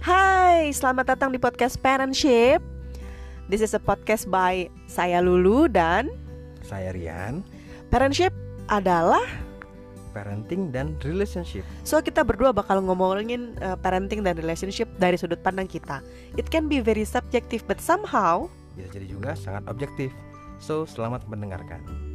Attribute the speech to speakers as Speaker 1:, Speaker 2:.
Speaker 1: Hai, selamat datang di podcast Parentship. This is a podcast by saya Lulu dan
Speaker 2: Saya Rian,
Speaker 1: Parentship adalah
Speaker 2: parenting dan relationship.
Speaker 1: so kita berdua bakal ngomongin uh, parenting dan relationship dari sudut pandang kita. It can be very subjective but somehow
Speaker 2: Bisa jadi juga sangat objektif. So, selamat mendengarkan.